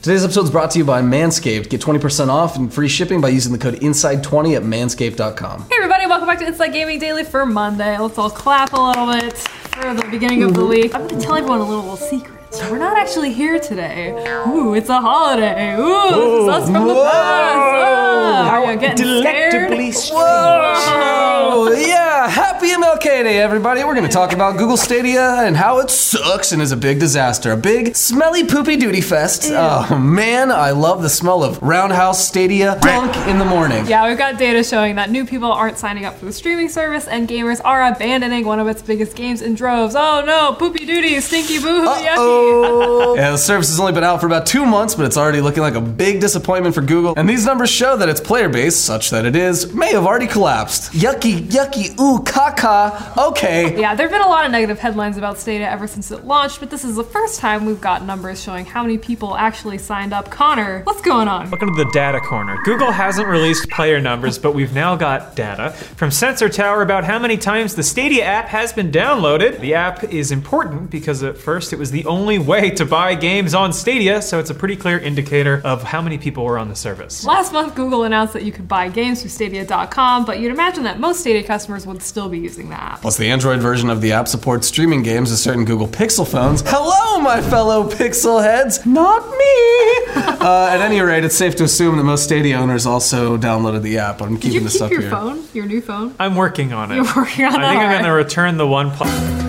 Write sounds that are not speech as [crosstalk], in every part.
Today's episode is brought to you by Manscaped. Get 20% off and free shipping by using the code INSIDE20 at manscaped.com. Hey everybody, welcome back to Inside Gaming Daily for Monday. Let's all clap a little bit for the beginning of the week. I'm gonna tell everyone a little secret. We're not actually here today. Ooh, it's a holiday. Ooh, this is us from the Whoa. past. Oh, How are you getting Delectably scared? Whoa! Yeah, happy MLK Day, everybody. We're going to talk about Google Stadia and how it sucks and is a big disaster. A big smelly poopy duty fest. Oh, man, I love the smell of Roundhouse Stadia dunk in the morning. Yeah, we've got data showing that new people aren't signing up for the streaming service, and gamers are abandoning one of its biggest games in droves. Oh no, poopy doody, stinky boo hoo, [laughs] yucky. Uh-oh. yeah, the service has only been out for about two months, but it's already looking like a big disappointment for Google. And these numbers show that its player base, such that it is, may have already collapsed. Yucky, yucky, ooh, caca. Okay. Yeah, there have been a lot of negative headlines about Stadia ever since it launched, but this is the first time we've got numbers showing how many people actually signed up. Connor, what's going on? Welcome to the data corner. Google hasn't released player numbers, but we've now got data from Sensor Tower about how many times the Stadia app has been downloaded. The app is important because at first it was the only way to buy games on Stadia, so it's a pretty clear indicator of how many people were on the service. Last month, Google announced that you could buy games through Stadia.com, but you'd imagine that most Stadia customers would still be using the app. Plus, the Android version of the app supports streaming games to certain Google Pixel phones. Hello, my fellow Pixel heads. Not [laughs] me. uh, at any rate, it's safe to assume that most Stadia owners also downloaded the app. I'm keeping Did you this keep up your here. phone, your new phone? I'm working on it. You're working on I think it, I'm alright. gonna return the [laughs] one. Pl-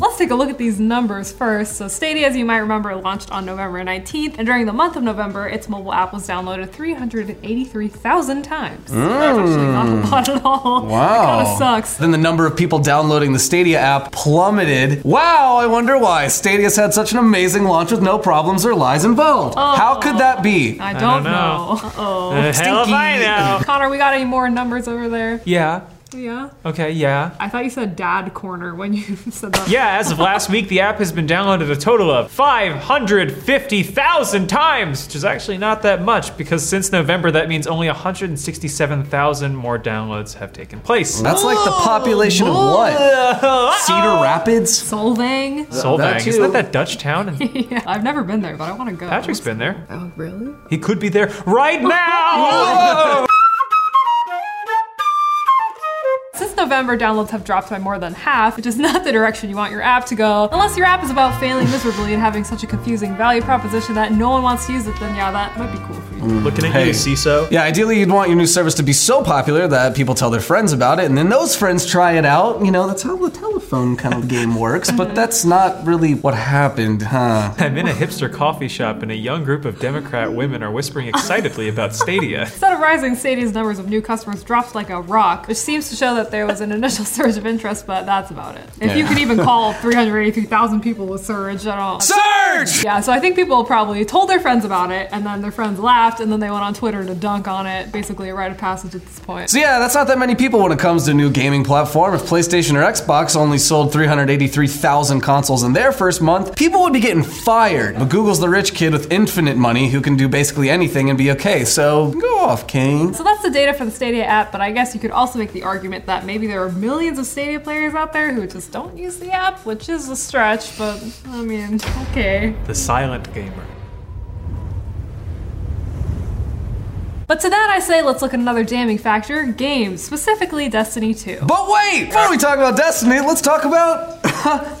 Let's take a look at these numbers first. So, Stadia, as you might remember, launched on November 19th, and during the month of November, its mobile app was downloaded 383,000 times. That's actually not a lot at all. Mm. Wow. That kind of sucks. Then the number of people downloading the Stadia app plummeted. Wow, I wonder why. Stadia's had such an amazing launch with no problems or lies involved. How could that be? I don't, don't know. know. Uh oh. Uh, hell if I [laughs] Stinky. know. Connor, we got any more numbers over there? Yeah. Yeah. Okay. Yeah. I thought you said dad corner when you [laughs] said that. Yeah, as of last week, the app has been downloaded a total of 550,000 times, which is actually not that much because since November, that means only 167,000 more downloads have taken place. That's like the population Oh, of what? Cedar Rapids? Solvang. Solvang. That too. Isn't that that Dutch town? And [laughs] Yeah. I've never been there, but I want to go. Patrick's been there. Oh, really? He could be there right now! [laughs] Since November, downloads have dropped by more than half, which is [laughs] not the direction you want your app to go. Unless your app is about failing miserably and having such a confusing value proposition that no one wants to use it, then yeah, that might be cool for you. Looking at Hey. you, CISO. Yeah, ideally, you'd want your new service to be so popular that people tell their friends about it, and then those friends try it out. You know, that's how the telephone kind of game works, but that's not really what happened, huh? I'm in a hipster coffee shop, and a young group of Democrat women are whispering excitedly about Stadia. Instead of rising, Stadia's numbers of new customers dropped like a rock, which seems to show that there was an [laughs] initial surge of interest, but that's about it. If you Yeah. could even call 383,000 people a surge, I don't Surge! Yeah, so I think people probably told their friends about it, and then their friends laughed, and then they went on Twitter to dunk on it. Basically, a rite of passage at this point. So yeah, that's not that many people when it comes to a new gaming platform. If PlayStation or Xbox only sold 383,000 consoles in their first month, people would be getting fired. But Google's the rich kid with infinite money who can do basically anything and be okay. So go off, Kane. So that's the data for the Stadia app, but I guess you could also make the argument that maybe there are millions of Stadia players out there who just don't use the app, which is a stretch, but I mean, okay. The silent gamer. But to that I say, let's look at another damning factor games, specifically Destiny 2. But wait! Before we talk about Destiny, let's talk about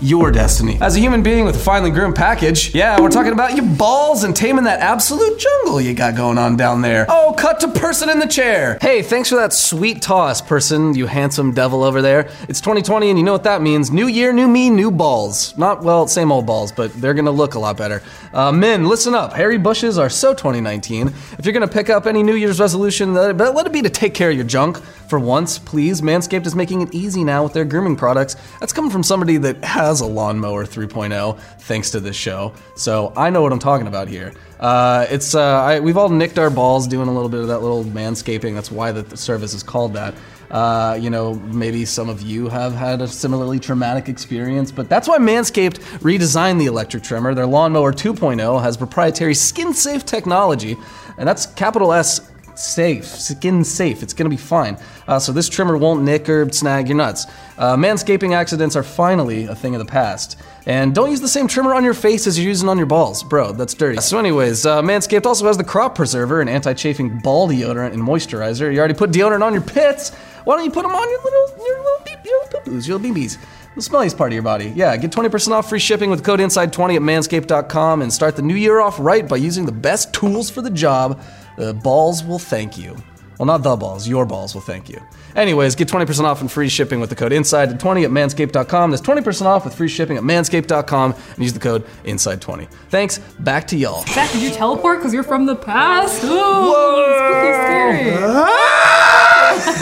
[laughs] your Destiny. As a human being with a finely groomed package, yeah, we're talking about your balls and taming that absolute jungle you got going on down there. Oh, cut to person in the chair. Hey, thanks for that sweet toss, person, you handsome devil over there. It's 2020, and you know what that means. New year, new me, new balls. Not, well, same old balls, but they're gonna look a lot better. Uh, men, listen up. Hairy bushes are so 2019. If you're gonna pick up any New Year's resolution, let it, let it be to take care of your junk. For once, please, Manscaped is making it easy now with their grooming products. That's coming from somebody that has a lawnmower 3.0, thanks to this show. So I know what I'm talking about here. Uh, it's uh, I, we've all nicked our balls doing a little bit of that little manscaping. That's why the, the service is called that. Uh, you know, maybe some of you have had a similarly traumatic experience, but that's why Manscaped redesigned the electric trimmer. Their lawnmower 2.0 has proprietary skin-safe technology, and that's capital S safe, skin safe. It's gonna be fine. Uh, so this trimmer won't nick or snag your nuts. Uh, manscaping accidents are finally a thing of the past. And don't use the same trimmer on your face as you're using on your balls. Bro, that's dirty. So, anyways, uh, Manscaped also has the crop preserver and anti chafing ball deodorant and moisturizer. You already put deodorant on your pits. Why don't you put them on your little, your little, beep, your little poo-poos, your little BBs? The smelliest part of your body. Yeah, get 20% off free shipping with code INSIDE20 at manscaped.com and start the new year off right by using the best tools for the job. The balls will thank you. Well, not the balls, your balls will thank you. Anyways, get 20% off and free shipping with the code INSIDE20 at manscaped.com. That's 20% off with free shipping at manscaped.com and use the code INSIDE20. Thanks, back to y'all. Zach, did you teleport? Because you're from the past. Ooh, spooky,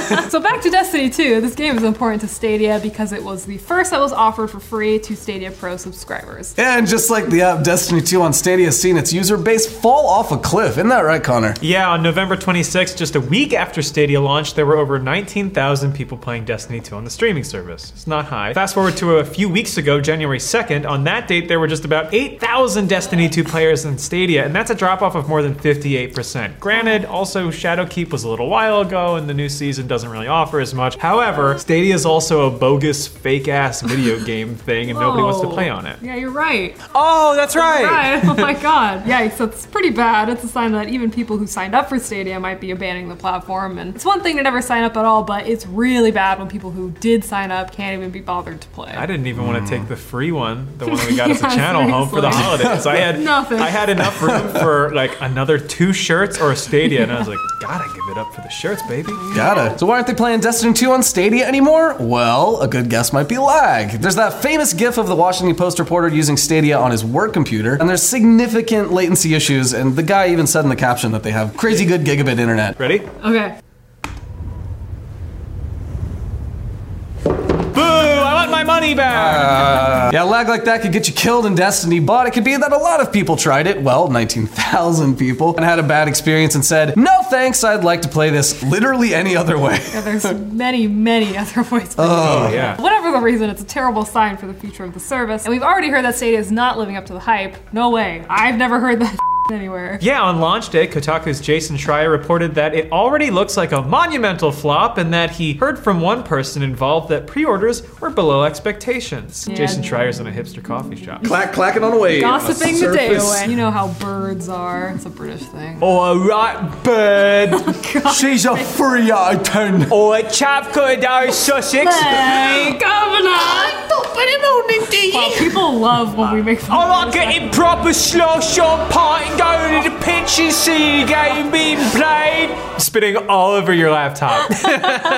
scary. [laughs] so back to Destiny 2. This game is important to Stadia because it was the first that was offered for free to Stadia Pro subscribers. And just like the app Destiny 2 on Stadia has seen its user base fall off a cliff. Isn't that right, Connor? Yeah, on November 26th, just a week after Stadia launched, there were over 19,000 people playing Destiny 2 on the streaming service. It's not high. Fast forward to a few weeks ago, January 2nd, on that date, there were just about 8,000 Destiny 2 players in Stadia, and that's a drop off of more than 58%. Granted, also Shadowkeep was a little while ago, and the new season doesn't really offer as much. However, Stadia is also a bogus, fake ass video [laughs] game thing, and nobody wants to Whoa. play on it. Oh. Yeah, you're right. Oh, that's right! Right. Oh my god. Yikes, that's pretty bad. It's a sign that even people who signed up for Stadia might be abandoning the platform. And it's one thing to never sign up at all, but it's really bad when people who did sign up can't even be bothered to play. I didn't even want to take the free one, the one that we [laughs] got as a Yeah, channel home for the seriously. holidays. I had Nothing. I had enough [laughs] room for like another two shirts or a stadia, and I [laughs] was like, gotta give it up for the shirts, baby. Gotta. So why aren't they playing Destiny 2 on Stadia anymore? Well, a good guess might be lag. There's that famous gif of the Washington Post reporter using Stadia on his work computer, and there's significant latency issues, and the guy even said in the caption that they have crazy good gigabit internet. Ready? Okay. Boo! I want my money back. Yeah, lag like that could get you killed in Destiny, but it could be that a lot of people tried it, well, 19,000 people, and had a bad experience and said, no thanks, I'd like to play this literally any other way. [laughs] Yeah, there's many, many [laughs] other voice. oh yeah. Whatever the reason, it's a terrible sign for the future of the service. And we've already heard that Stadia is not living up to the hype. No way. I've never heard that [laughs] anywhere. Yeah, on launch day, Kotaku's Jason Schreier reported that it already looks like a monumental flop and that he heard from one person involved that pre orders were below expectations. Jason Schreier's in a hipster coffee shop. Clack, clacking on a wave. Gossiping the day Surface. away. You know how birds are. It's a British thing. All right, [laughs] bird. [laughs] She's a three out of ten. Or chap could our Sussex. [laughs] Hey, Governor! Well, people love when we make fun I of like this. getting proper slosh on part and going to the pitch and see a game being played. Spitting all over your laptop.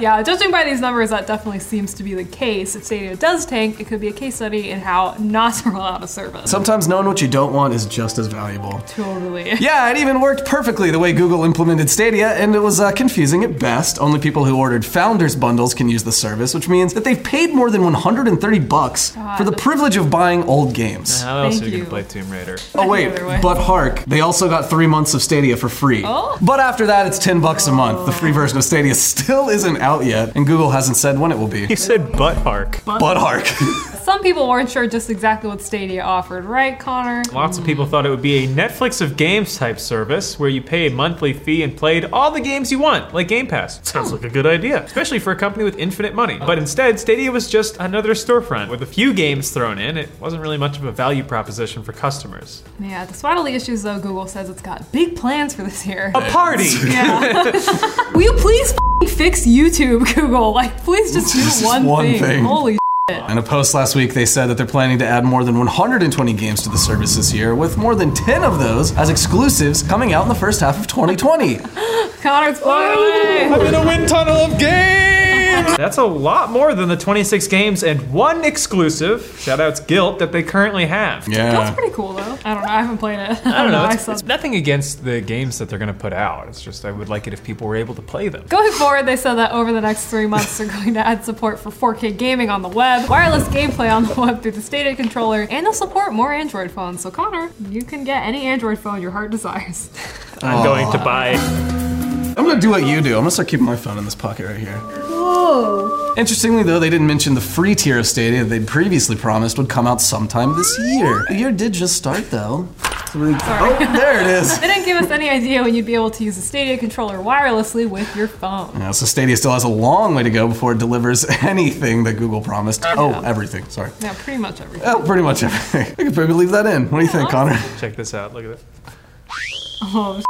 Yeah, judging by these numbers, that definitely seems to be the case. If Stadia does tank, it could be a case study in how not [laughs] to roll out a service. Sometimes knowing what you don't want is just as valuable. totally. Yeah, it even worked perfectly the way Google implemented Stadia, and it was uh, confusing at best. Only people who ordered Founders bundles can use the service, which means that they've paid more than 130 bucks for the privilege of buying old games. [laughs] How else Thank are you you. gonna play Tomb Raider? Oh wait, Either way. but hark, they also got three months of Stadia for free. Oh. But after that, it's 10 bucks a month. The free version of Stadia still isn't out yet, and Google hasn't said when it will be. You said butt hark. But hark. Some people weren't sure just exactly what Stadia offered, right, Connor? Lots of people thought it would be a Netflix of games type service where you pay a monthly fee and played all the games you want, like Game Pass. Sounds like a good idea, especially for a company with infinite money. But instead, Stadia was just another storefront with a few games thrown in. It wasn't really much of a value proposition for customers. Yeah, despite all the issues, though, Google says it's got big plans for this year. [laughs] A party! Will you please f***ing fix YouTube, [laughs] Google? Like, please just do Just one, one thing. thing. Holy [laughs] In a post last week, they said that they're planning to add more than 120 games to the service this year, with more than 10 of those as exclusives coming out in the first half of 2020. Connor, it's blown Oh. away. I'm in a wind tunnel of games! That's a lot more than the 26 games and one exclusive, shout outs Guilt, that they currently have. That's Yeah. pretty cool, though. I don't know. I haven't played it. I I don't know. Oh, [laughs] I It's, saw it's nothing against the games that they're going to put out. It's just I would like it if people were able to play them. Going forward, they said that over the next three months, they're [laughs] going to add support for 4K gaming on the web, wireless gameplay on the web through the Stadia controller, and they'll support more Android phones. So, Connor, you can get any Android phone your heart desires. I'm going to buy I'm gonna do what you do. I'm gonna start keeping my phone in this pocket right here. Whoa! Interestingly, though, they didn't mention the free tier of Stadia that they'd previously promised would come out sometime this year. The year did just start, though. absolutely. Sorry. Oh, there it [laughs] is. They didn't give us any idea when you'd be able to use the Stadia controller wirelessly with your phone. Now, so Stadia still has a long way to go before it delivers [laughs] anything that Google promised. Oh, everything. Sorry. Now, pretty much everything. Oh, pretty much everything. [laughs] We could probably leave that in. What do you think, Connor? Check this out. Look at that. Oh,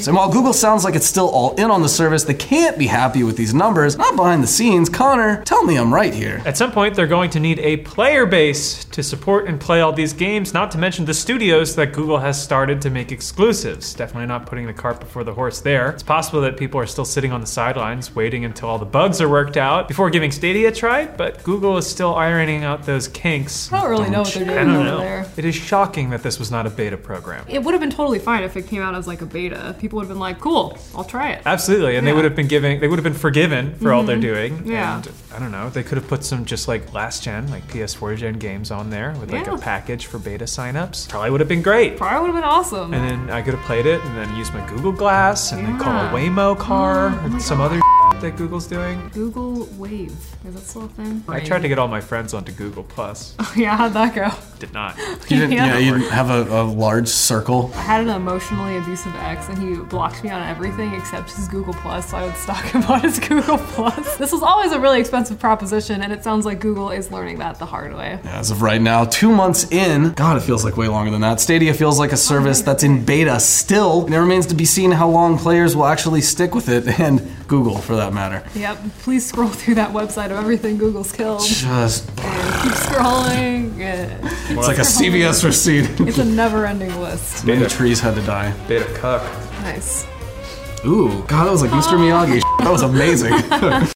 So while Google sounds like it's still all in on the service, they can't be happy with these numbers. Not behind the scenes. Connor, tell me I'm right here. At some point, they're going to need a player base to support and play all these games, not to mention the studios that Google has started to make exclusives. Definitely not putting the cart before the horse there. It's possible that people are still sitting on the sidelines, waiting until all the bugs are worked out before giving Stadia a try, but Google is still ironing out those kinks. I don't really know what they're I doing don't over know. there. It is shocking that this was not a beta program. It would have been totally fine if it came out as like a beta. People would have been like, cool, I'll try it. Absolutely, and they Yeah. Mm-hmm. would have been giving, they would have been forgiven for all they're doing. Yeah. And I don't know, they could have put some just like last gen, like PS4 gen games on there with like Yeah. a package for beta signups. Probably would have been great. Probably would have been awesome. And then I could have played it and then used my Google Glass and then call a Yeah. Oh Waymo car and some other [laughs] that Google's doing. Google Wave. Is that still a thing? I tried to get all my friends onto Google Plus. [laughs] yeah, how'd that go? Did not. You didn't, Yeah. yeah, you didn't have a, a large circle. I had an emotionally abusive ex, and he blocked me on everything except his Google Plus. So I would stalk him [laughs] on his Google Plus. This was always a really expensive proposition, and it sounds like Google is learning that the hard way. As of right now, two months in, God, it feels like way longer than that. Stadia feels like a service that's in beta still, and it remains to be seen how long players will actually stick with it, and Google for that matter. Yep. Please scroll [laughs] through that website of everything Google's killed. Just, And keep scrolling. Yeah. it's like a CVS receipt. It's a never-ending list. Many trees had to die. Beta cuck. Nice. [laughs] Ooh, God, that was like Mr. Miyagi. That was amazing.